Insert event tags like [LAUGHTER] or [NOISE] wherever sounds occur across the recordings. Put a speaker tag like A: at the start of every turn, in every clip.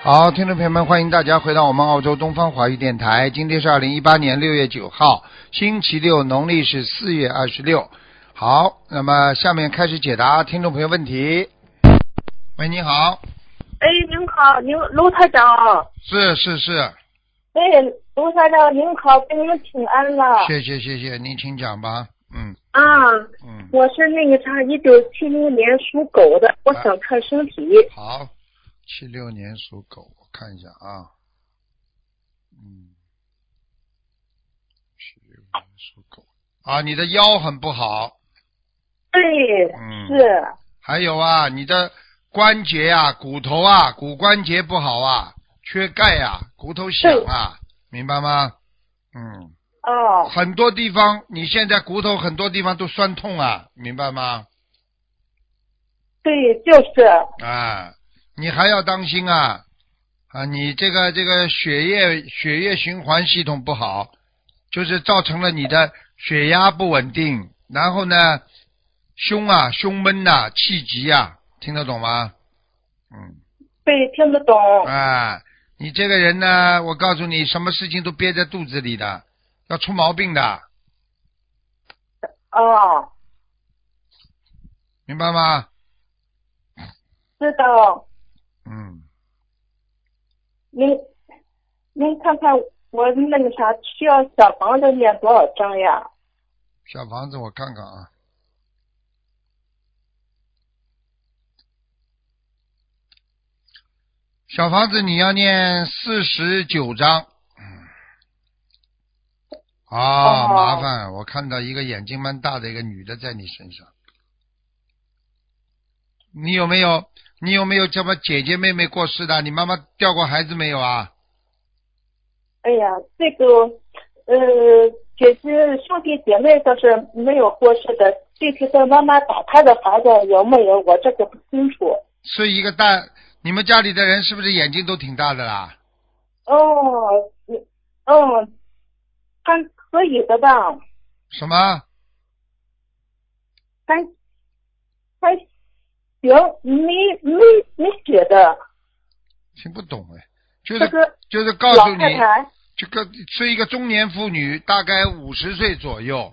A: 好，听众朋友们，欢迎大家回到我们澳洲东方华语电台。今天是二零一八年六月九号，星期六，农历是四月二十六。好，那么下面开始解答听众朋友问题。喂，你好，
B: 哎，您好，您卢台长。
A: 是是是，
B: 哎，卢台长，您好，给你们请安了。
A: 谢谢谢谢，您请讲吧。嗯
B: 啊，
A: 嗯，
B: 我是那个啥，一九七零年属狗的，我
A: 啊
B: 想看身体。
A: 好，七六年属狗，我看一下啊，嗯，七六年属狗啊，你的腰很不好，
B: 对，
A: 嗯，
B: 是，
A: 还有啊，你的关节啊、骨头啊、骨关节不好啊，缺钙啊，骨头响啊，明白吗？嗯，
B: 哦，
A: 很多地方你现在骨头很多地方都酸痛啊，明白吗？
B: 对，就是，
A: 啊，你还要当心啊啊，你这个这个血液血液循环系统不好，就是造成了你的血压不稳定，然后呢，胸啊胸闷呐、气急啊，听得懂吗？嗯。
B: 对，听得懂。
A: 啊，你这个人呢，我告诉你，什么事情都憋在肚子里的，要出毛病的，
B: 哦，
A: 明白吗？
B: 知道。
A: 嗯，
B: 您，您看看我那个啥，需要小房子念多少张呀？
A: 小房子我看看啊，小房子你要念四十九章。嗯，啊，
B: 哦
A: 麻烦！我看到一个眼睛蛮大的一个女的在你身上，你有没有？你有没有什么姐姐妹妹过世的？你妈妈掉过孩子没有啊？
B: 哎呀，这个，呃，姐姐兄弟姐妹倒是没有过世的，具体的妈妈打胎的孩子有没有，我这个不清楚。
A: 是一个大，你们家里的人是不是眼睛都挺大的啦？
B: 哦，你，嗯，还可以的吧，
A: 什么？
B: 还还行，没没没写的，
A: 听不懂哎，就
B: 这
A: 是
B: 个
A: 就是告
B: 老
A: 诉
B: 太
A: 你，
B: 太，
A: 这个是一个中年妇女，大概五十岁左右，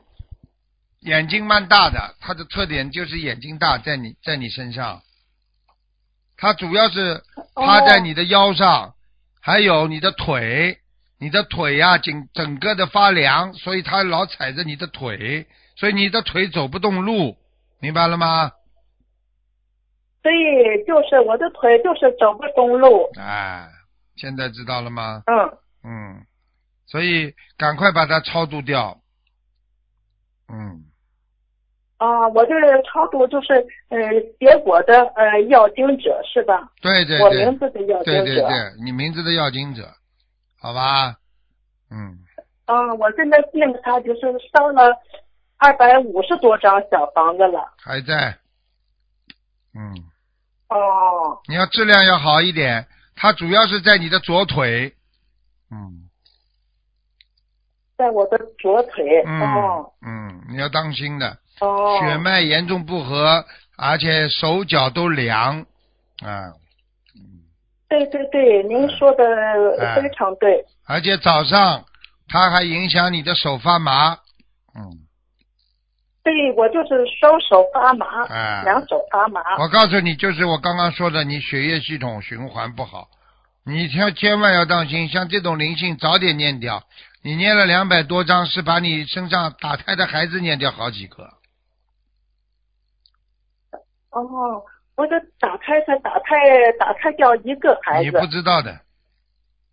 A: 眼睛蛮大的，她的特点就是眼睛大，在你在你身上，她主要是
B: 哦
A: 趴在你的腰上，还有你的腿，你的腿呀、整整个的发凉，所以她老踩着你的腿，所以你的腿走不动路，明白了吗？
B: 对，就是我的腿就是走不动路，
A: 哎，现在知道了吗？
B: 嗯，
A: 嗯，所以赶快把它超度掉。嗯，
B: 啊，我这个超度就是呃结果的呃要经者是吧？
A: 对对
B: 我
A: 对
B: 名，字的要经
A: 对对
B: 者。
A: 对，你名字的要经者，好吧？嗯，
B: 啊，我现在那个啥就是烧了二百五十多张小房子了。
A: 还在。嗯，
B: 哦，
A: 你要质量要好一点，它主要是在你的左腿。嗯
B: 在我的左腿。
A: 嗯
B: 哦
A: 嗯，你要当心的，
B: 哦。
A: 血脉严重不和，而且手脚都凉啊。
B: 对对对，您说的
A: 哎
B: 非常对。
A: 而且早上它还影响你的手发麻，嗯，
B: 对，我就是双手发麻，
A: 哎
B: 两手发麻。
A: 我告诉你，就是我刚刚说的，你血液系统循环不好，你千千万要当心，像这种灵性早点念掉，你念了两百多张，是把你身上打胎的孩子念掉好几个，
B: 哦，我这打开才打开打开掉一个孩
A: 你
B: 子。
A: 不知道的，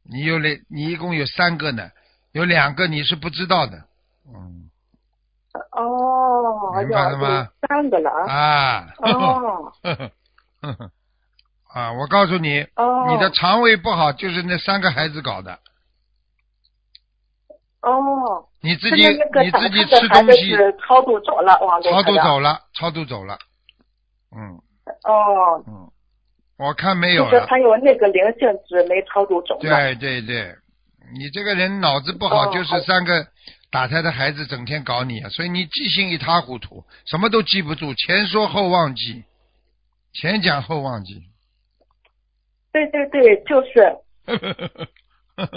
A: 你有两，你一共有三个呢，有两个你是不知道的，嗯
B: 哦，
A: 明白了吗
B: 要第三个了啊。
A: 啊，
B: 哦
A: 呵呵呵呵 [LAUGHS] 啊，我告诉你，
B: 哦，
A: 你的肠胃不好就是那三个孩子搞的。
B: 哦，
A: 你自己
B: 那那个
A: 你
B: 打
A: 自己
B: 开
A: 吃
B: 的孩
A: 东
B: 子
A: 西，
B: 是超度走了，哇，
A: 超度
B: 卢台长
A: 走了，超度走了。嗯
B: 哦，
A: 嗯，我看没
B: 就
A: 有
B: 是
A: 了。
B: 还有那个灵性只没超度走呢。
A: 对对对，你这个人脑子不好，
B: 哦
A: 就是三个打胎的孩子整天搞你，啊所以你记性一塌糊涂，什么都记
B: [LAUGHS]
A: 不住，前说后忘记，前讲后忘记。
B: 对对对，就是
A: [LAUGHS] 哎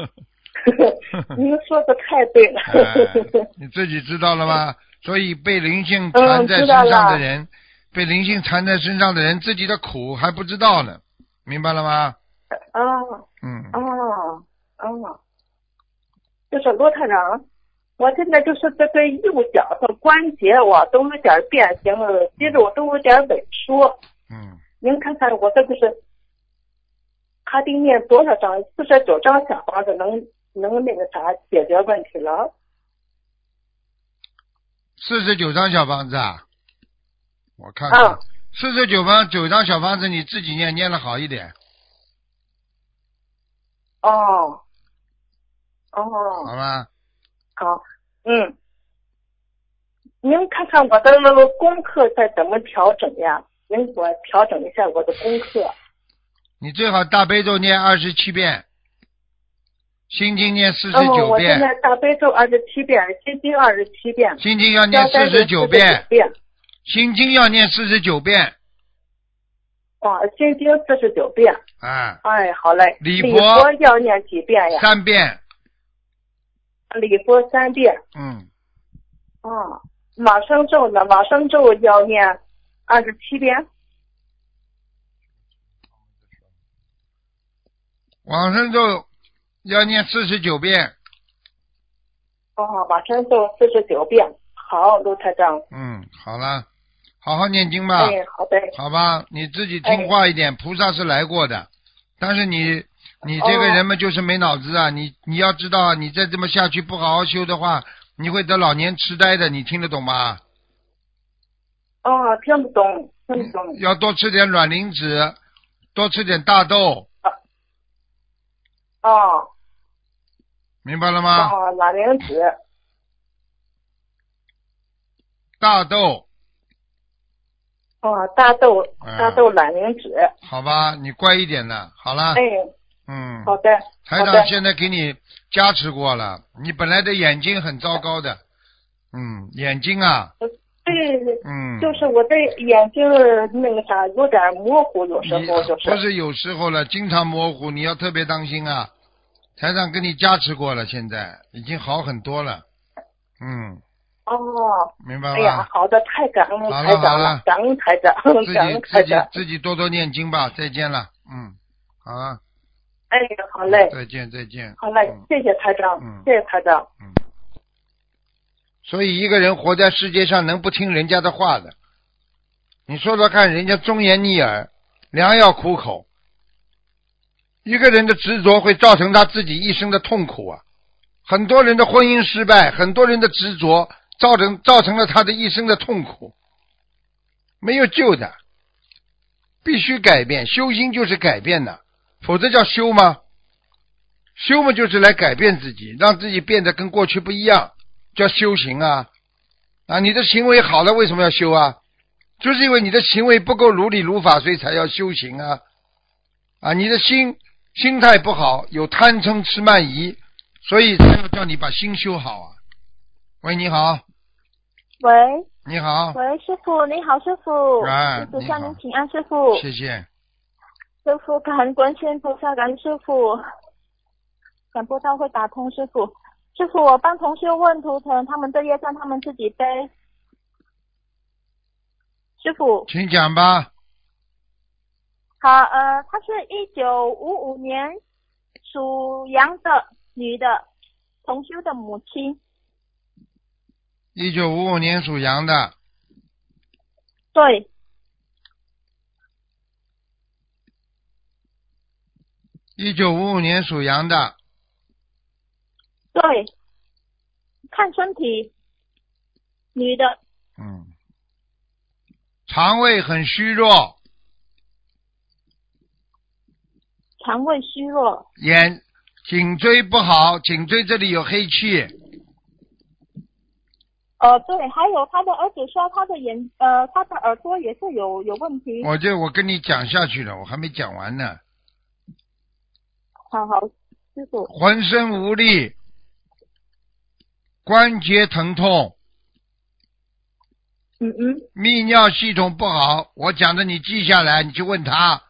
B: 您说的太对了。
A: 哎你自己知道了吗？所以被灵性缠在身
B: 嗯知
A: 上
B: 道
A: 的
B: 了
A: 人，被灵性缠在身上的人，自己的苦还不知道呢，明白了吗？
B: [LAUGHS] 啊
A: 嗯，
B: 啊啊！就是罗太长，我现在就是这个右脚的关节我都有点变形了，肌肉都有点萎缩。
A: 嗯，
B: 您看看我这个是，他得念多少张？四十九张小房子能能那个啥解决问题了？
A: 四十九张小房子啊，我看
B: 啊
A: 看，四十九方九张小房子你自己念，念的好一点，
B: 哦，哦，
A: 好吧？
B: 好，嗯，您看看我的那个功课再怎么调整呀？您给我调整一下我的功课。
A: 你最好大悲咒念二十七遍，心经念四十
B: 然后
A: 九
B: 嗯哦我现
A: 遍，
B: 在大悲咒二十七遍，心经二十七遍，
A: 心经要念
B: 消灾
A: 四十九遍，
B: 遍，
A: 心经要念四十九遍，
B: 啊，心经四十九遍。
A: 啊，
B: 哎，好嘞。
A: 礼
B: 礼
A: 佛
B: 佛要念几遍呀？
A: 三遍，
B: 礼佛三遍。
A: 嗯，
B: 啊，往生咒呢？往生咒要念二十七遍。
A: 往生咒要念四十九遍，
B: 哦，往生咒四十九遍。好，卢台长。
A: 嗯，好了，好好念经吧，
B: 哎，好的。
A: 好吧，你自己听话
B: 哎
A: 一点，菩萨是来过的，但是你你这个人嘛，就是没脑子
B: 哦
A: 啊，你你要知道，你再这么下去不好好修的话，你会得老年痴呆的，你听得懂吗？
B: 哦，听不懂，听不懂。
A: 要多吃点卵磷脂，多吃点大豆，
B: 哦，
A: 明白了吗？
B: 哦，老灵子。
A: 大豆，
B: 哦，大豆，
A: 嗯
B: 大豆懒灵子。
A: 好吧，你乖一点了，好了，
B: 哎，
A: 嗯，
B: 好的，
A: 台
B: 好
A: 长
B: 的。
A: 现在给你加持过了，你本来的眼睛很糟糕的，嗯，眼睛啊，
B: 呃对，
A: 嗯，
B: 就是我的眼睛儿那个啥有点模糊，有时
A: 你
B: 候就
A: 不是有时候了，经常模糊，你要特别当心啊。台长给你加持过了，现在已经好很多了，嗯，
B: 哦，
A: 明白吗？
B: 哎呀，好的，太感恩
A: 啊好了
B: 台长
A: 好了
B: 感恩台长，
A: 自
B: 感恩
A: 己
B: 台
A: 自己
B: 长。
A: 自己多多念经吧，再见了，嗯，好啊。
B: 哎，好嘞，
A: 再见，再见。
B: 好嘞
A: 嗯，
B: 谢谢台长
A: 嗯，
B: 谢谢台长。
A: 所以一个人活在世界上，能不听人家的话的？你说说看，人家忠言逆耳，良药苦口。一个人的执着会造成他自己一生的痛苦啊！很多人的婚姻失败，很多人的执着造成造成了他的一生的痛苦，没有救的，必须改变。修心就是改变的，否则叫修吗？修嘛就是来改变自己，让自己变得跟过去不一样，叫修行啊！啊，你的行为好了，为什么要修啊？就是因为你的行为不够如理如法，所以才要修行啊！啊，你的心心态不好，有贪嗔痴慢疑，所以才要叫你把心修好啊！喂，你好，
C: 喂
A: 你好，
C: 喂，师傅你好，师傅，
A: 哎
C: 弟子
A: 你
C: 向
A: 好
C: 您请安，师傅，
A: 谢谢。
C: 师傅感恩观世音菩萨，感恩师傅，感播到会打通，师傅，师傅，我帮同学问图腾，他们的业障他们自己背，师傅，
A: 请讲吧。
C: 好，呃，她是一九五五年属羊的女的，同修的母亲，
A: 一九五五年属羊的，
C: 对，
A: 一九五五年属羊的，
C: 对，看身体，女的，
A: 嗯，肠胃很虚弱，
C: 肠胃虚弱。
A: 眼颈椎不好，颈椎这里有黑气，
C: 呃，对，还有他的，而且说他的眼，呃，他的耳朵也是有有问题。
A: 我就我跟你讲下去了，我还没讲完呢，
C: 好好，师傅，
A: 浑身无力，关节疼痛，
C: 嗯嗯，
A: 泌尿系统不好，我讲的你记下来，你去问他，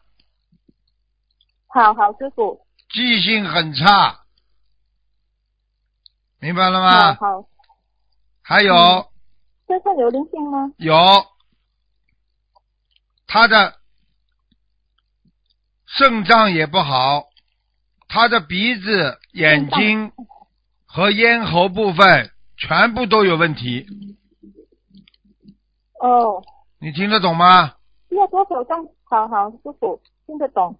B: 好好，师傅。
A: 记性很差，明白了
B: 好
A: 吗？
B: 好，
A: 还有、
B: 嗯身上有灵性吗？
A: 有，他的肾脏也不好，他的鼻子、眼睛和咽喉部分全部都有问题，
B: 哦，
A: 你听得懂吗？
B: 要多少张？好好，师傅听得懂。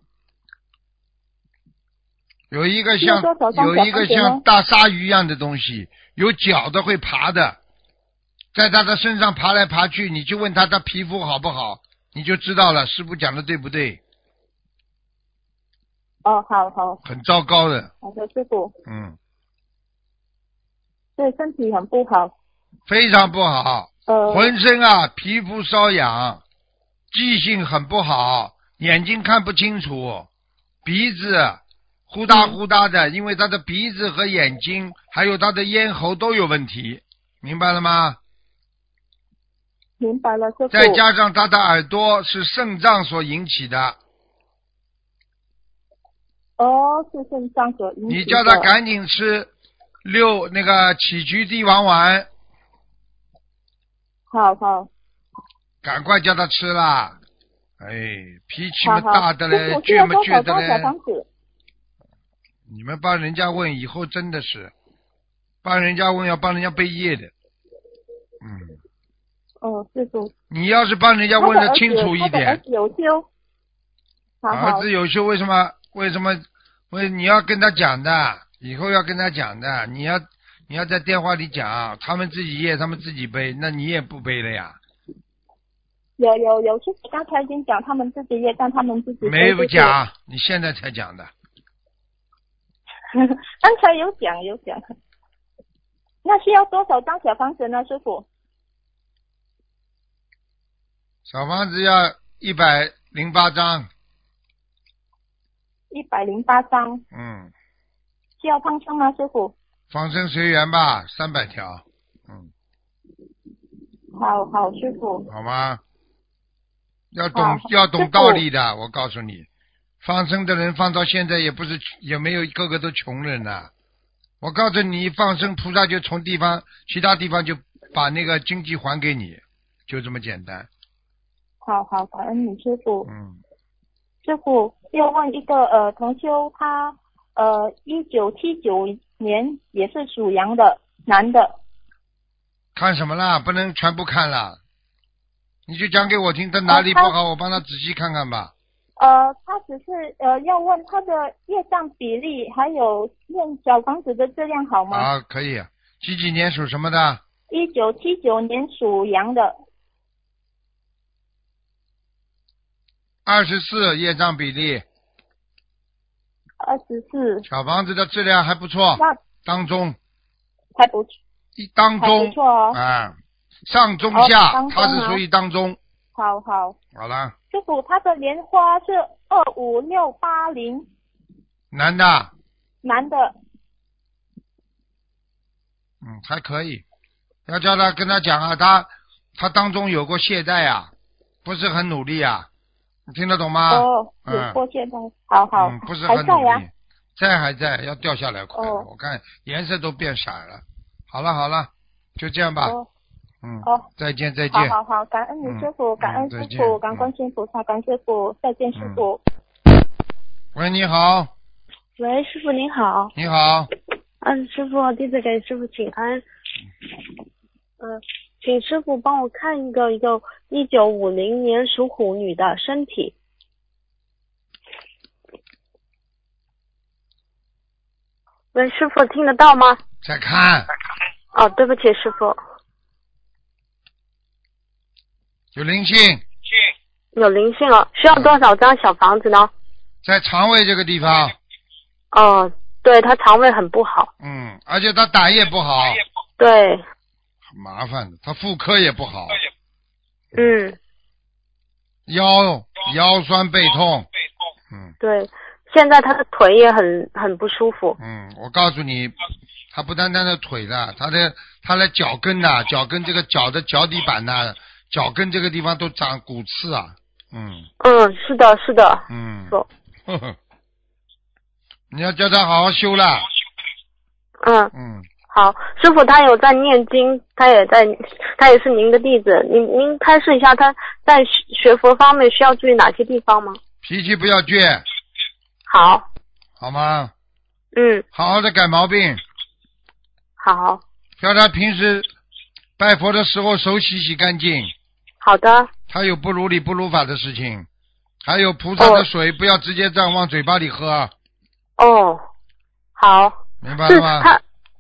A: 有一个像
B: 那多少张
A: 有一个
B: 小番茄
A: 像
B: 呢
A: 大鲨鱼一样的东西，有脚的会爬的，在他的身上爬来爬去，你就问他他皮肤好不好，你就知道了，师傅讲的对不对？
B: 哦，好好
A: 很糟糕的，
B: 好的，师傅，
A: 嗯，
B: 对身体很不好。
A: 非常不好。
B: 呃，
A: 浑身啊皮肤瘙痒，记性很不好，眼睛看不清楚，鼻子呼哒呼哒的，因为他的鼻子和眼睛还有他的咽喉都有问题，明白了吗？
B: 明白了，师傅。
A: 再加上他的耳朵是肾脏所引起的，
B: 哦，是肾脏所引起的。
A: 你叫他赶紧吃六那个杞菊地黄丸，
B: 好好
A: 赶快叫他吃啦。哎，脾气
B: 好
A: 么
B: 好，
A: 大的嘞
B: 师，傅需
A: 倔
B: 要
A: 么
B: 多
A: 倔的
B: 少张小
A: 嘞。
B: 房子？
A: 你们帮人家问，以后真的是帮人家问要帮人家背业的。嗯，
B: 哦，师傅。
A: 你要是帮人家问的清楚一
B: 他的儿
A: 点，
B: 子有修，好好
A: 儿子有修为什么？为什么？为你要跟他讲的，以后要跟他讲的，你要你要在电话里讲，他们自己业，他们自己背，那你也不背了呀？
B: 有有有，就是刚才已经讲他们自己业障，他们自己
A: 没
B: 有
A: 有。讲，你现在才讲的，
B: 对对 [LAUGHS] 刚才有讲有讲，那需要多少张小房子呢，师傅？
A: 小房子要一百零八张，
B: 一百零八张，
A: 嗯，
B: 需要放生吗，师傅？
A: 放生随缘吧，三百条，嗯。
B: 好好，师傅，
A: 好吗？要
B: 好
A: 懂
B: 好
A: 要
B: 哦师
A: 懂
B: 傅
A: 道理的，我告诉你，放生的人放到现在也不是也没有个个都穷人呐、我告诉你，放生菩萨就从地方其他地方就把那个经济还给你，就这么简单。
B: 好好，感恩你，师傅。
A: 嗯，
B: 师傅要问一个呃，同修他呃，一九七九年也是属羊的男的，
A: 看什么啦？不能全部看啦，你就讲给我听，他哪里不
B: 哦他
A: 好，我帮他仔细看看吧。
B: 呃，他只是呃要问他的业障比例，还有念小房子的质量好吗？
A: 啊，可以。几几年属什么的？
B: 一九七九年属羊的，
A: 二十四业障比例，
B: 二十四，
A: 小房子的质量还不错，
B: 那
A: 当中
B: 还不错，
A: 一当
B: 还
A: 中
B: 不错哦。
A: 啊，上中
B: 哦
A: 下，
B: 当中
A: 它
B: 啊
A: 是属于当中。
B: 好好，
A: 好了，
B: 师傅，他的莲花是二五六八零，
A: 男的，
B: 男的，
A: 嗯，还可以。要叫他跟他讲啊，他他当中有过懈怠啊，不是很努力啊，你听得懂吗？
B: 哦，
A: 嗯
B: 有过现在，好好，
A: 嗯，不是
B: 还
A: 很
B: 在
A: 努
B: 呀、
A: 力，在还在，要掉下来快了，
B: 哦
A: 我看颜色都变色了。好了好了，就这样吧，
B: 哦
A: 嗯，
B: 哦，
A: 再见再
B: 好
A: 见。
B: 好好，感恩你师傅，
A: 嗯
B: 感恩
A: 嗯
B: 师
A: 再见
B: 傅，
A: 嗯
B: 感恩观世音菩萨，感恩师傅，再见师傅。
A: 喂，你好，
D: 喂，师傅您好。
A: 你好，
D: 嗯，师傅，弟子给师傅请安。嗯、请师傅帮我看一个一个一九五零年属虎女的身体。喂，师傅听得到吗？
A: 再看，
D: 哦，对不起，师傅，
A: 有灵性，
D: 有灵性了，需要多少张小房子呢？
A: 在肠胃这个地方，
D: 哦，对他肠胃很不好，
A: 嗯，而且他胆也不好。
D: 对，
A: 很麻烦的，他妇科也不好，
D: 嗯，
A: 腰腰酸背痛，嗯
D: 对，现在他的腿也很很不舒服，
A: 嗯，我告诉你，他不单单的腿的，他的他的脚跟呐、脚跟这个脚的脚底板呐、脚跟这个地方都长骨刺啊，嗯
D: 嗯，是的，是的，
A: 嗯，
D: 走
A: 呵呵 [LAUGHS] 你要叫他好好修了。
D: 嗯，
A: 嗯，
D: 好，师傅他有在念经，他也在，他也是您的弟子，您您开示一下他在学学佛方面需要注意哪些地方吗？
A: 脾气不要倔，
D: 好，
A: 好吗？
D: 嗯，
A: 好好的改毛病，
D: 好，
A: 叫他平时拜佛的时候手洗洗干净。
D: 好的，
A: 他有不如理不如法的事情，还有菩萨的
D: 哦
A: 水、不要直接这样往嘴巴里喝，啊
D: 哦，好，
A: 明白
D: 是
A: 了吗？
D: 他，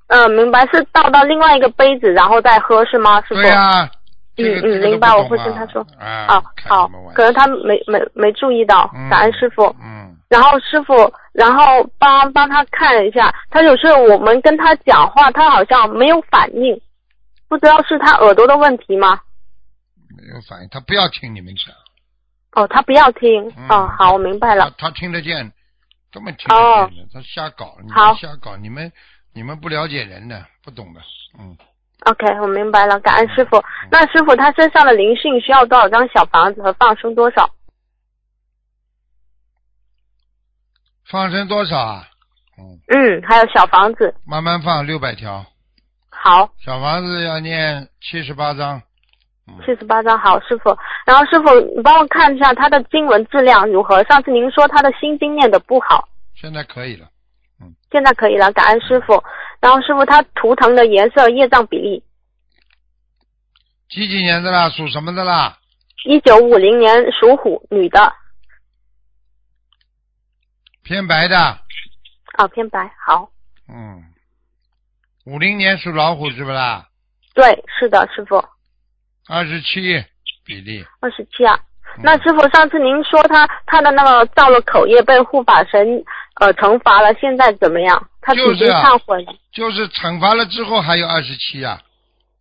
D: 呃，明白是倒到另外一个杯子然后再喝是吗？师傅？
A: 对呀、这个这
D: 嗯
A: 个
D: 嗯
A: 都
D: 明白
A: 不
D: 我
A: 懂
D: 会跟
A: 啊
D: 他说
A: 啊，
D: 啊，
A: 开
D: 好
A: 什么，玩
D: 可能他没没没注意到，
A: 嗯
D: 感恩师傅。
A: 嗯，
D: 然后师傅，然后帮帮他看一下，他有时候我们跟他讲话，他好像没有反应，不知道是他耳朵的问题吗？
A: 没有反应，他不要听你们讲，
D: 哦，他不要听。
A: 嗯
D: 哦，好，我明白了
A: 他。他听得见，根本听得
D: 哦
A: 见的，他瞎搞，你
D: 好
A: 们瞎搞，你们你们不了解人的，不懂的，嗯，
D: OK，我明白了，感恩师傅。那师傅他身上的灵性需要多少张小房子和放生多少？
A: 放生多少啊？嗯，
D: 嗯，还有小房子。
A: 慢慢放，六百条，
D: 好，
A: 小房子要念七十八章，嗯，
D: 七十八张，好师傅。然后师傅，你帮我看一下他的经文质量如何？上次您说他的心经念的不好，
A: 现在可以了，
D: 现在可以了，感恩师傅。然后师傅他图腾的颜色、业障比例，
A: 几几年的啦？属什么的啦？
D: 一九五零年属虎，女的，
A: 偏白的，
D: 啊偏白，好，
A: 嗯，五零年属老虎是不啦？
D: 对，是的，师傅，
A: 二十七比例。
D: 二十七啊。
A: 嗯
D: 那师傅上次您说他他的那个造了口业被护法神呃惩罚了，现在怎么样？他已
A: 就是
D: 经
A: 啊
D: 忏悔了。
A: 就是惩罚了之后还有二十七啊，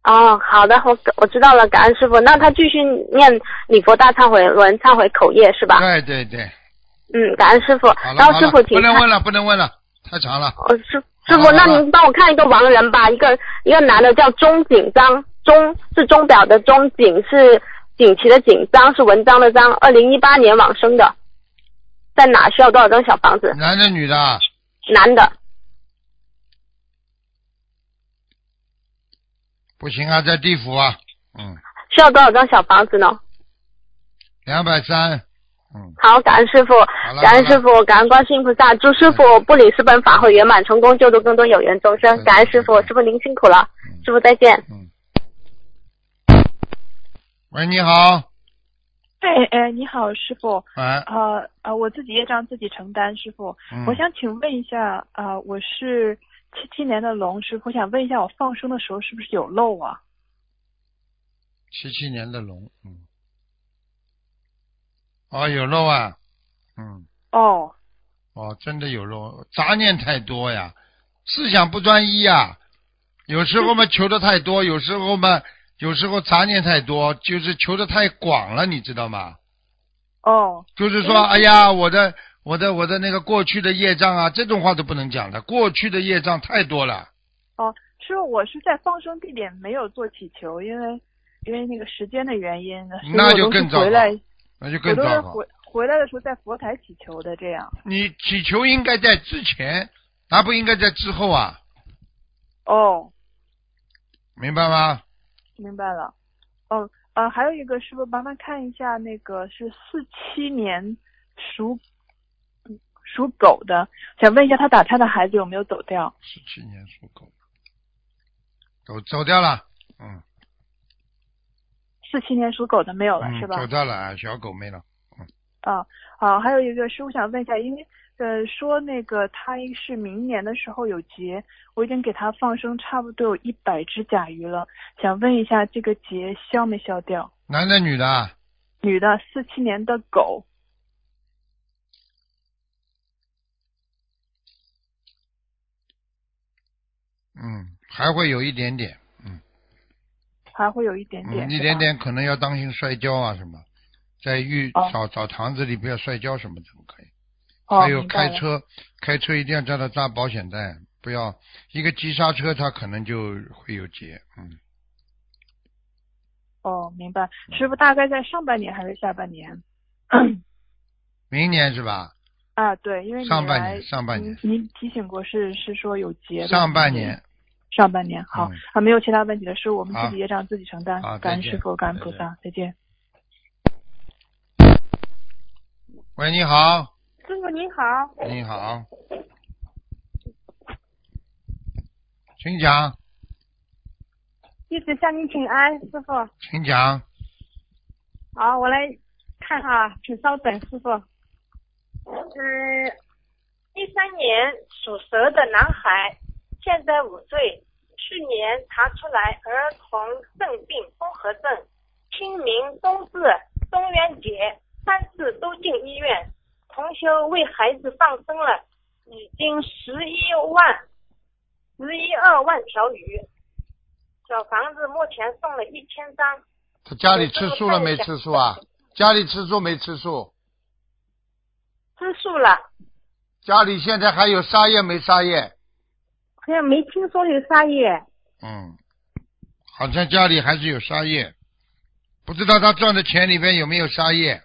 D: 哦，好的，我我知道了，感恩师傅。那他继续念礼佛大忏悔文、忏悔口业是吧？
A: 对对对，
D: 嗯，感恩师傅
A: 好。了
D: 然后
A: 好
D: 师
A: 了
D: 傅，，请
A: 不能
D: 看
A: 问了不能问了，太长了，
D: 哦，师
A: 好
D: 师
A: 了
D: 傅，
A: 好
D: 那
A: 了
D: 您帮我看一个亡人吧，一个一个男的叫钟景章，钟是钟表的钟，景是锦旗的锦，章是文章的章，二零一八年往生的，在哪需要多少张小房子？
A: 男的女的啊，
D: 男的，
A: 不行啊，在地府啊，嗯，
D: 需要多少张小房子呢？
A: 两百三，嗯，
D: 好，感恩师傅
A: 了，
D: 感恩
A: 好了
D: 师傅，感恩观世音菩萨，祝师傅布里斯本法会圆满成功，救度更多有缘众生
A: 嗯。
D: 感恩师傅，师傅您辛苦了，师傅再见。
A: 喂，你好，
E: 哎哎，你好，师傅。
A: 哎，
E: 呃呃，我自己业障自己承担，师傅。
A: 嗯
E: 我想请问一下，呃，我是七七年的龙，师傅，我想问一下，我放生的时候是不是有漏啊？
A: 七七年的龙，嗯，哦，有漏啊，嗯，
E: 哦，
A: 哦，真的有漏，杂念太多呀，思想不专一呀，有时候嘛求的太多，有时候嘛，有时候杂念太多，就是求的太广了，你知道吗？
E: 哦，
A: 就是说，哎呀，我的我的我的那个过去的业障啊，这种话都不能讲的，过去的业障太多了。
E: 哦，师傅，我是在放生地点没有做祈求，因为因为那个时间的原因，所以
A: 那
E: 我
A: 就
E: 都是
A: 更糟
E: 回
A: 糕
E: 来，
A: 那就
E: 我
A: 更
E: 都是
A: 糟糕
E: 回。回来的时候在佛台祈求的，这样。
A: 你祈求应该在之前，而不应该在之后啊，
E: 哦，
A: 明白吗？
E: 明白了。哦，呃，还有一个师傅，麻烦看一下，那个是四七年属属狗的，想问一下他打胎的孩子有没有走掉？
A: 十七年属狗，走走掉了，嗯，
E: 四七年属狗的没有了、
A: 嗯
E: 是吧
A: 走？掉了啊，小狗没了。
E: 啊，好，还有一个师傅想问一下，因为呃说那个他是明年的时候有节，我已经给他放生差不多有一百只甲鱼了，想问一下这个节消没消掉？
A: 男的女的啊，
E: 女的，四七年的狗，
A: 嗯，还会有一点点，嗯，
E: 还会有一点点，
A: 嗯
E: 是
A: 一
E: 吧
A: 点点可能要当心摔跤啊什么，在浴
E: 哦
A: 澡澡堂子里不要摔跤什么的不可以。
E: 哦，
A: 还有
E: 明白
A: 开
E: 了
A: 车，开车一定要叫他扎保险带，不要一个急刹车，他可能就会有劫。嗯，
E: 哦，明白。师傅大概在上半年还是下半年？
A: 明年是吧？
C: 啊，对，因为你
A: 上半
C: 来
A: 年上半年
C: 您您提醒过是是说有结的嗯
A: 上半年，
C: 上半年好、
A: 嗯
C: 啊，没有其他问题的是我们
A: 好
C: 自己业障自己承担
A: 好，
C: 感恩
A: 再见
C: 师傅，感恩
A: 再
C: 菩
A: 见
C: 萨，再见。
A: 喂，你好，
B: 师傅您好，
A: 你好，请讲，
B: 弟子向您请安，师傅。
A: 请讲，
B: 好，我来看哈，请稍等，师傅。嗯，一三年属蛇的男孩，现在五岁，去年查出来儿童肾病综合症，清明、冬至、中元节三次都进医院，同修为孩子放生了已经十一万、十一二万条鱼，小房子目前送了一千张。
A: 他家里吃素了没吃素啊？家里吃素没吃素？
B: 吃素了，
A: 家里现在还有沙叶没沙叶？
B: 好像没听说有沙叶。
A: 嗯，好像家里还是有沙叶，不知道他赚的钱里边有没有沙叶？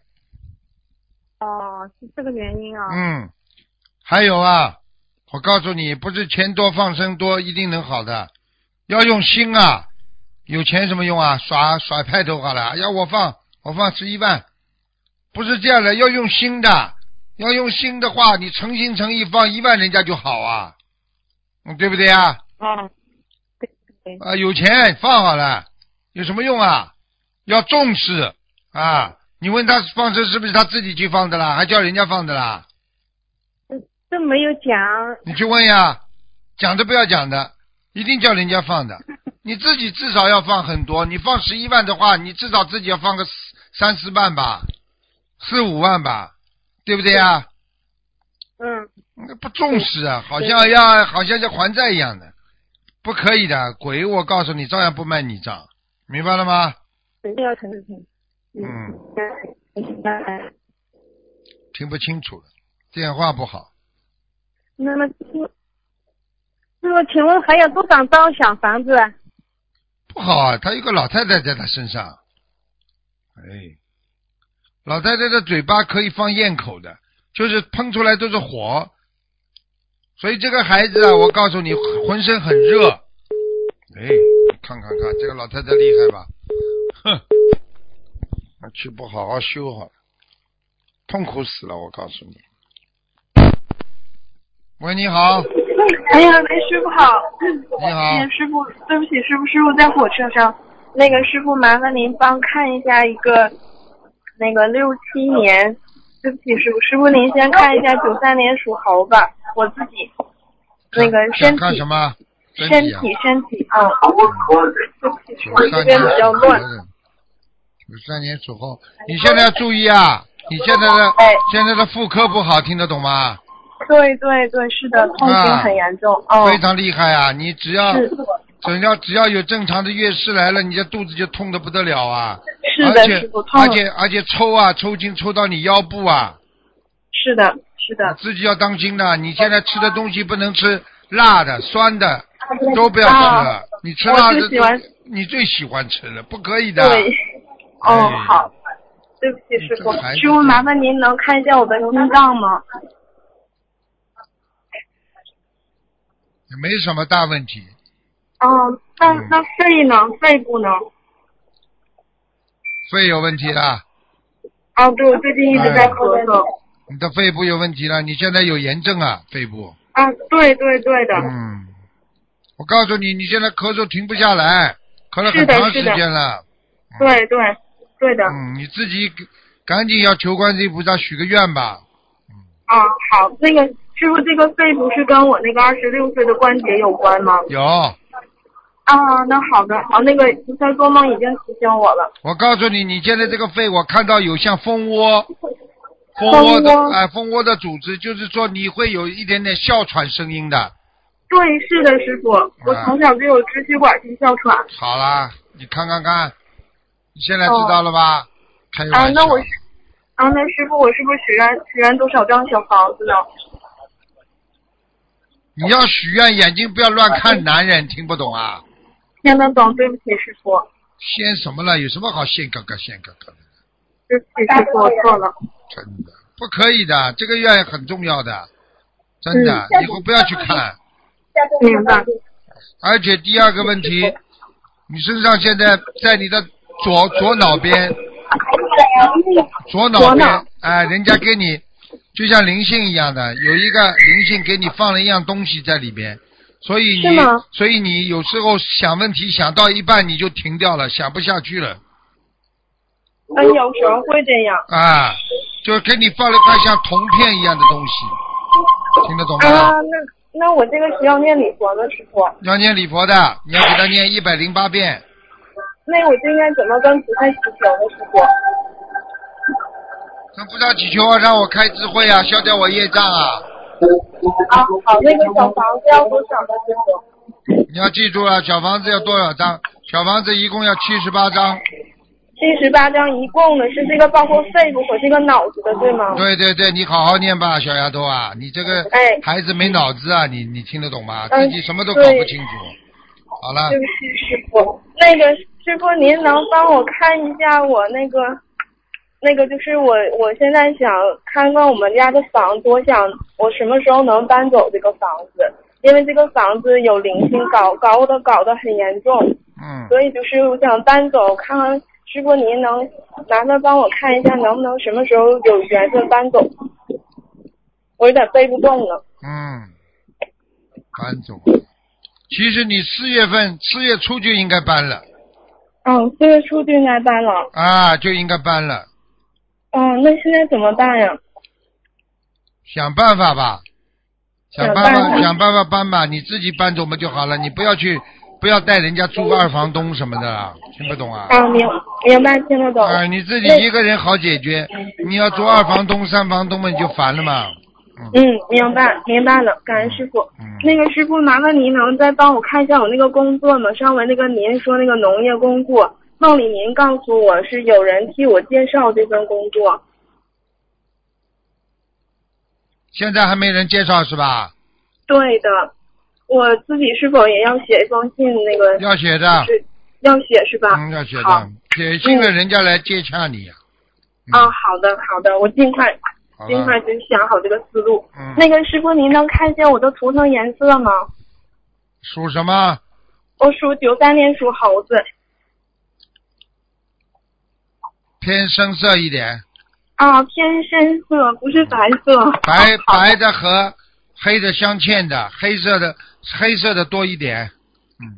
B: 哦，是这个原因啊。
A: 嗯，还有啊，我告诉你，不是钱多放生多一定能好的，要用心啊。有钱什么用啊？耍耍派头好了，要我放我放十一万，不是这样的，要用心的，要用心的话，你诚心诚意放一万，人家就好啊，嗯，对不对啊？
B: 哦，对对。
A: 啊，有钱放好了，有什么用啊？要重视啊！你问他放生是不是他自己去放的啦？还叫人家放的啦？
B: 这没有讲，
A: 你去问呀，讲都不要讲的，一定叫人家放的。你自己至少要放很多，你放十一万的话，你至少自己要放个四三四万吧，四五万吧，对不对呀？
B: 嗯，
A: 那不重视啊，好像要好像要还债一样的，不可以的。鬼，我告诉你，照样不卖你账，明白了吗？
B: 一定要诚实听。
A: 嗯。
B: 嗯。
A: 听不清楚了，电话不好。
B: 那么，那么，请问还有多少张小房子？
A: 不好啊，他有个老太太在他身上。哎，老太太的嘴巴可以放咽口的，就是喷出来都是火，所以这个孩子啊，我告诉你，浑身很热。哎，看看看，这个老太太厉害吧？哼，那去不好好修好了，痛苦死了，我告诉你。喂，你好，
C: 哎呀，喂，师傅好。
A: 你好
C: 哎，师傅，对不起，师傅，师傅在火车上。那个师傅，麻烦您帮看一下一个，那个六七年，对不起，师傅，师傅您先看一下九三年属猴吧，我自己，那个
A: 想
C: 身
A: 干
C: 体
A: 什么？身
C: 身
A: 啊。嗯
C: 体身体啊，对不起，
A: 九
C: 师傅这
A: 三年
C: 边比
A: 属
C: 较
A: 猴
C: 乱。
A: 的，九三年属猴，你现在要注意啊！你现在的
C: 哎
A: 现在的妇科不好，听得懂吗？啊
C: 对对对，是的，痛经很严重，哦，
A: 非常厉害啊！你只要
C: 是
A: 只要只要有正常的月事来了，你的肚子就痛得不得了啊！
C: 是
A: 而
C: 的，
A: 且
C: 师傅痛
A: 而，且而且抽啊抽筋抽到你腰部啊，
C: 是的，是的，
A: 自己要当心的。你现在吃的东西不能吃辣的、酸的，都不要吃
C: 啊
A: 了。你吃辣
C: 我
A: 的
C: 就喜欢，
A: 你最喜欢吃了，不可以的。
C: 对，哦
A: 哎，嗯
C: 好，对不起，师
A: 这
C: 傅
A: 个孩，子
C: 师傅麻烦您能看一下我的心脏吗？
A: 也没什么大问题。
C: 哦，那
A: 嗯
C: 那肺呢？肺部呢？
A: 肺有问题了，
C: 啊，对，我最近一直在咳嗽。
A: 你的肺部有问题了，你现在有炎症啊，肺部。
C: 啊，对对对的，
A: 嗯，我告诉你，你现在咳嗽停不下来，咳了很
C: 是的
A: 长时
C: 是的
A: 间了。
C: 对对对的。
A: 嗯，你自己赶紧要求观世音菩萨许个愿吧。
C: 啊，好，那个师傅，这个肺不是跟我那个二十六岁的关节有关吗？
A: 有，
C: 啊，那好的，好，那个他做梦已经提醒我了。
A: 我告诉你，你现在这个肺，我看到有像蜂窝，蜂窝的
C: 蜂窝
A: 哎，蜂窝的组织，就是说你会有一点点哮喘声音的。
C: 对，是的，师傅，我从小就有支气管性哮喘。
A: 好啦，你看看看，你现在知道了吧？开玩笑。
C: 哦啊那我啊，那师傅，我是不是许愿许愿多少张小房子呢？
A: 你要许愿，眼睛不要乱看男人，听不懂啊？
C: 听得懂，对不起，师傅，
A: 掀什么了？有什么好掀哥哥掀哥哥的？
C: 对不起，师傅，我错了。
A: 真的，不可以的，这个愿很重要的，真的，
B: 嗯
A: 以后不要去看。
B: 下次
D: 明白
A: 而且第二个问题，你身上现在在你的左左脑边，左脑
D: 左
A: 边
D: 脑，
A: 哎、人家给你就像灵性一样的，有一个灵性给你放了一样东西在里边，所以
D: 是
A: 你
D: 吗，
A: 所以你有时候想问题想到一半你就停掉了，想不下去了。
C: 嗯，有时候会这样。
A: 啊，就是给你放了一块像铜片一样的东西，听得懂吗？
C: 啊，那那我这个需要念礼佛的啊师傅，
A: 要念礼佛的，你要给他念一百零八遍，
C: 那我就应该怎么跟菩萨祈求呢，师傅？
A: 跟菩萨祈求啊，让我开智慧啊，消掉我业障啊！
C: 啊，好，那个小房子要多少呢，师傅？
A: 你要记住啊，小房子要多少张？小房子一共要七十八张。
C: 七十八张一共的是这个包括肺部和这个脑子的，对吗？
A: 对对对，你好好念吧，小丫头啊，你这个
C: 哎
A: 孩子没脑子啊，你你听得懂吗？
C: 嗯
A: 自己什么都搞不清楚。好了
C: 对，不起，师傅。那个师傅，您能帮我看一下我那个，那个就是我我现在想看看我们家的房子，我想我什么时候能搬走这个房子？因为这个房子有灵性搞搞的搞得很严重，
A: 嗯，
C: 所以就是我想搬走，看看师傅您能麻烦帮我看一下，能不能什么时候有缘分搬走？我有点背不动了。
A: 嗯，搬走。其实你四月份四月初就应该搬了
C: 嗯，四月初就应该搬了。
A: 啊，就应该搬了，
C: 嗯，那现在怎么办呀？
A: 想办法吧，想
C: 想
A: 办
C: 办
A: 法
C: 法
A: 想办法搬吧，你自己搬走嘛就好了，你不要去不要带人家住二房东什么的啦，听不懂啊？
C: 啊，明明白，听得懂。
A: 啊，你自己
C: 哦那嗯
A: 一个人好解决，你要做二房东、三房东嘛，你就烦了嘛。嗯，
C: 嗯，明白，明白了，感恩师傅。
A: 嗯
C: 那个师傅，麻烦您能再帮我看一下我那个工作吗？上回那个您说那个农业工作，梦里您告诉我是有人替我介绍这份工作。
A: 现在还没人介绍是吧？
C: 对的，我自己是否也要写一封信？那个
A: 要写的，
C: 是要写是吧？
A: 嗯，要写
C: 好
A: 的，写信了人家来接洽你呀、
C: 啊，好的，好的，我尽快
A: 嗯好
C: 尽
A: 吧？
C: 快就想好这个思路。
A: 嗯，
C: 那个师傅，您能看见我的图腾颜色吗？
A: 属什么？
C: 我属九三年属猴子。
A: 偏深色一点，
C: 啊，偏深色，不是白色。
A: 白白的和黑的镶嵌的，黑色的黑色的多一点。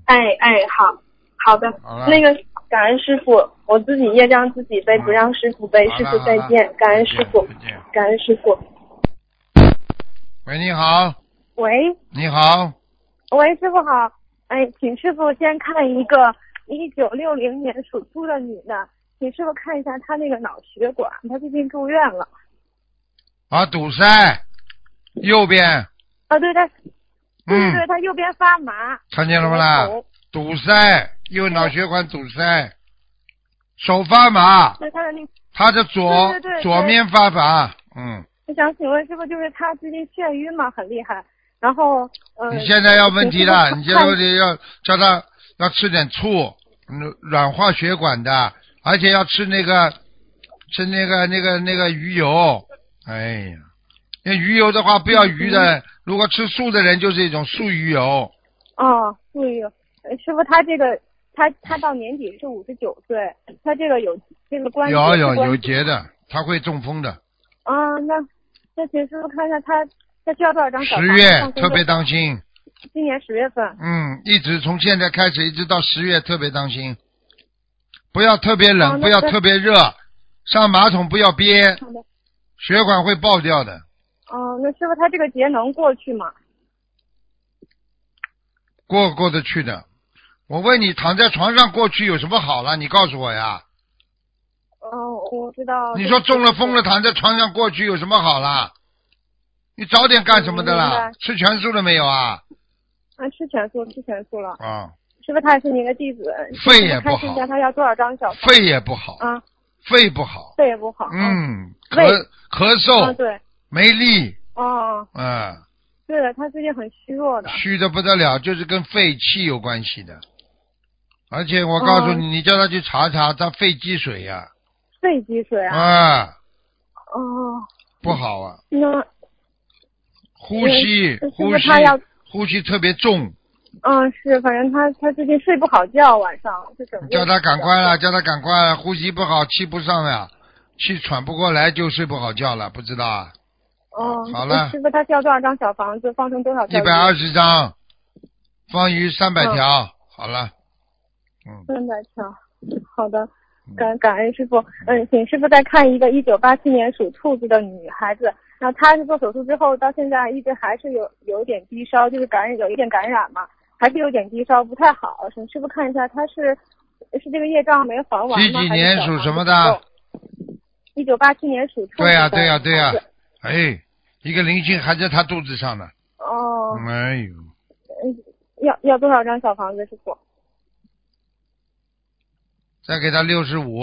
C: 哎哎，好好的
A: 好了
C: 那个感恩师傅，我自己业障自己背，
A: 嗯
C: 不让师傅背。
A: 好
C: 师
A: 了
C: 傅
A: 好
C: 再
A: 了
C: 见，感恩师傅
A: 再，见再见
C: 感恩师傅。
A: 喂，你好，
F: 喂
A: 你好，
F: 喂，师傅好，哎，请师傅先看一个一九六零年属猪的女的，请师傅看一下她那个脑血管，她最近住院了。
A: 啊，堵塞，右边，
F: 啊，对，她对对，
A: 嗯，
F: 她右边发麻。
A: 看见了不啦？
F: 头
A: 堵塞，右脑血管堵塞，手发麻，
F: 对她的那，
A: 他的左
F: 对对对
A: 左面发麻，嗯，
F: 我想请问师傅，就是她最近眩晕嘛，很厉害。然后，嗯、
A: 你现在要问题了，
F: 请
A: 你
F: 师
A: 现在
F: 傅看
A: 问题要叫他要吃点醋，嗯软化血管的，而且要吃那个吃那个那个那个鱼油，哎呀，那鱼油的话不
F: 嗯
A: 要鱼的，如果吃素的人就是一种素鱼油，
F: 哦，对呀，呃师傅，她这个她她到年底是五十九岁，她这个有这个关节
A: 有啊有
F: 是关
A: 有结的，他会中风的，
F: 啊，那那请师傅看一下他他需要多少张小
A: 十
F: 房子
A: 月
F: 上工
A: 特
F: 作
A: 别当心，
F: 今年十月份
A: 嗯，一直从现在开始一直到十月特别当心，不要特别冷，
F: 哦那
A: 不要
F: 那
A: 特别热，上马桶不要憋，
F: 好的。
A: 血管会爆掉的。
F: 哦，那师傅他这个节能过去吗？
A: 过过得去的。我问你，躺在床上过去有什么好了？你告诉我呀。
F: 哦，我知道。
A: 你说中了风了，。躺在床上过去有什么好啦？你早点干什么的啦
F: 嗯明？白
A: 吃全素了没有啊？
F: 啊，吃全素，吃全素了。
A: 啊，
F: 师傅他也是您的弟子。
A: 肺也不好
F: 看一下他要多少张小房？
A: 肺也不好，
F: 啊，
A: 肺不好，
F: 肺也不好。啊。
A: 嗯，
F: 胃
A: 咳咳
F: 啊，
A: 嗽
F: 对。
A: 没力，
F: 哦，
A: 嗯，
F: 对的，他最近很虚弱的。
A: 虚的不得了，就是跟肺气有关系的。而且我告诉
F: 哦
A: 你，你叫他去查查，他肺积水呀，
F: 啊肺积水啊。
A: 啊，
F: 哦。
A: 不好啊，
B: 那
A: 呼吸
B: 嗯
A: 呼
B: 是不
A: 吸
B: 是他要
A: 呼吸特别重，
C: 哦
B: 嗯是，反正他他最近睡不好觉，晚上就整个
A: 叫他赶快了，叫他赶快了，呼吸不好，气不上呀，气喘不过来就睡不好觉了，不知道啊，
B: 哦，
A: 好了
B: 师傅，他需要多少张小房子？放生多少条
A: 一
B: 鱼？
A: 百二十张，方鱼三百条，好了，嗯，
B: 三百条。好的，感感恩师傅。嗯，请师傅再看一个一九八七年属兔子的女孩子，然后她是做手术之后到现在一直还是有有一点低烧，就是感染有一点感染嘛，还是有点低烧，不太好。请师傅看一下，她是是这个业障没还完吗？
A: 几几年属什么的？
B: 一九八七年属兔子的
A: 对呀对呀对呀
B: 孩子
A: 哎，一个灵性还在他肚子上呢，
B: 哦，
A: 哎呦，
B: 要要多少张小房子，师傅？
A: 再给他六十五，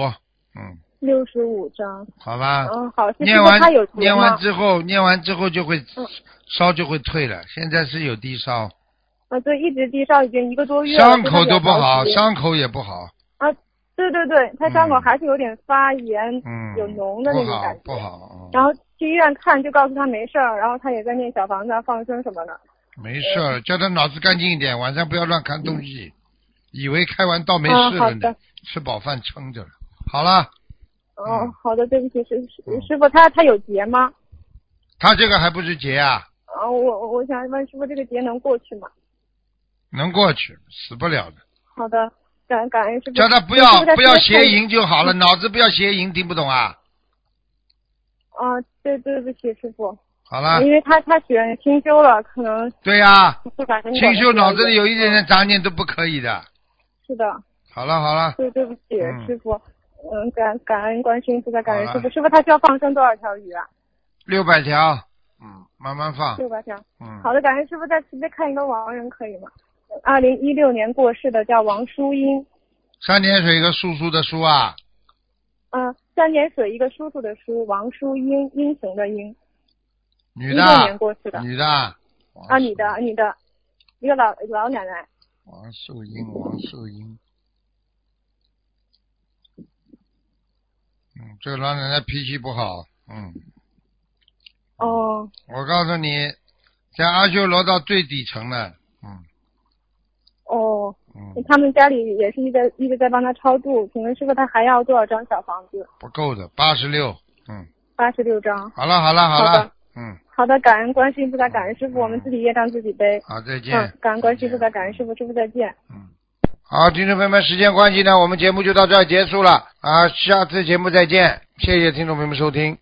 A: 嗯，
B: 六十五张。
A: 好吧，
B: 嗯，好，师
A: 啊念
B: 傅
A: 完
B: 他有结
A: 念
B: 吗嗯
A: 完？之后，念完之后就会烧就会退了。现在是有低烧，
B: 啊，对，一直低烧已经一个多月了，
A: 伤口都不
B: 真的
A: 好，
B: 没有好起
A: 伤口也不好，
B: 对对对，他伤口还是有点发炎，
A: 嗯，
B: 有脓的那
A: 不
B: 种
A: 好
B: 感觉。
A: 不好，
B: 然
A: 嗯
B: 后去医院看，就告诉他没事儿，然后他也在念小房子啊放生什么的。
A: 没事儿，
B: 嗯
A: 叫他脑子干净一点，晚上不要乱看东西，以为开完刀没
B: 啊
A: 事
B: 好
A: 了呢
B: 的，
A: 吃饱饭撑着了。好了，
B: 哦
A: 嗯，
B: 好的，对不起，师师
A: 嗯
B: 师傅，他他有结吗？
A: 他这个还不是结啊，
B: 啊，我我我想问师傅，这个结能过去吗？
A: 能过去，死不了的。
B: 好的，感感恩师傅。
A: 叫他不
B: 师
A: 要
B: 傅他
A: 不要
B: 现在
A: 邪淫就好了，脑子不要邪淫，听不懂啊？
B: 啊，对对不起，师傅，
A: 好了，
B: 因为他他选清修了，可能
A: 对呀、
B: 会把人
A: 清修脑子里有一点点杂念都不可以的。
B: 是的。
A: 好了好了，
B: 对，对不起，
A: 嗯
B: 师傅。嗯，感感恩观世音菩萨，感恩
A: 好了
B: 师傅。师傅，他需要放生多少条鱼啊？
A: 六百条，嗯，慢慢放，
B: 六百条。
A: 嗯，
B: 好的，感恩师傅。再直接看一个亡人可以吗？二零一六年过世的叫王淑英，
A: 三点水一个叔叔的叔啊，
B: 嗯、三点水一个叔叔的叔，王淑英，英雄的英，一
A: 女
B: 六
A: 的，
B: 年过世的
A: 女的，
B: 啊，女的，女的，一个老老奶奶。
A: 王素英，王素英，嗯，这个老奶奶脾气不好，嗯，
B: 哦，
A: 我告诉你，在阿修罗到最底层了，嗯
B: 哦，
A: 嗯，
B: 他们家里也是一直一直在帮他超度，请问师傅他还要多少张小房子？
A: 不够的，八十六，嗯，
B: 八十六张。
A: 好了好了好
B: 好
A: 了
B: 的，
A: 嗯，
B: 好的，感恩观世音菩萨，感恩师傅，我们自己业障自己背。
A: 好，再见，
B: 嗯，感恩观世音菩萨，
A: 再见
B: 感恩师傅，师傅再见。
A: 好，听众朋友们，时间关系呢，我们节目就到这儿结束了啊，下次节目再见，谢谢听众朋友们收听。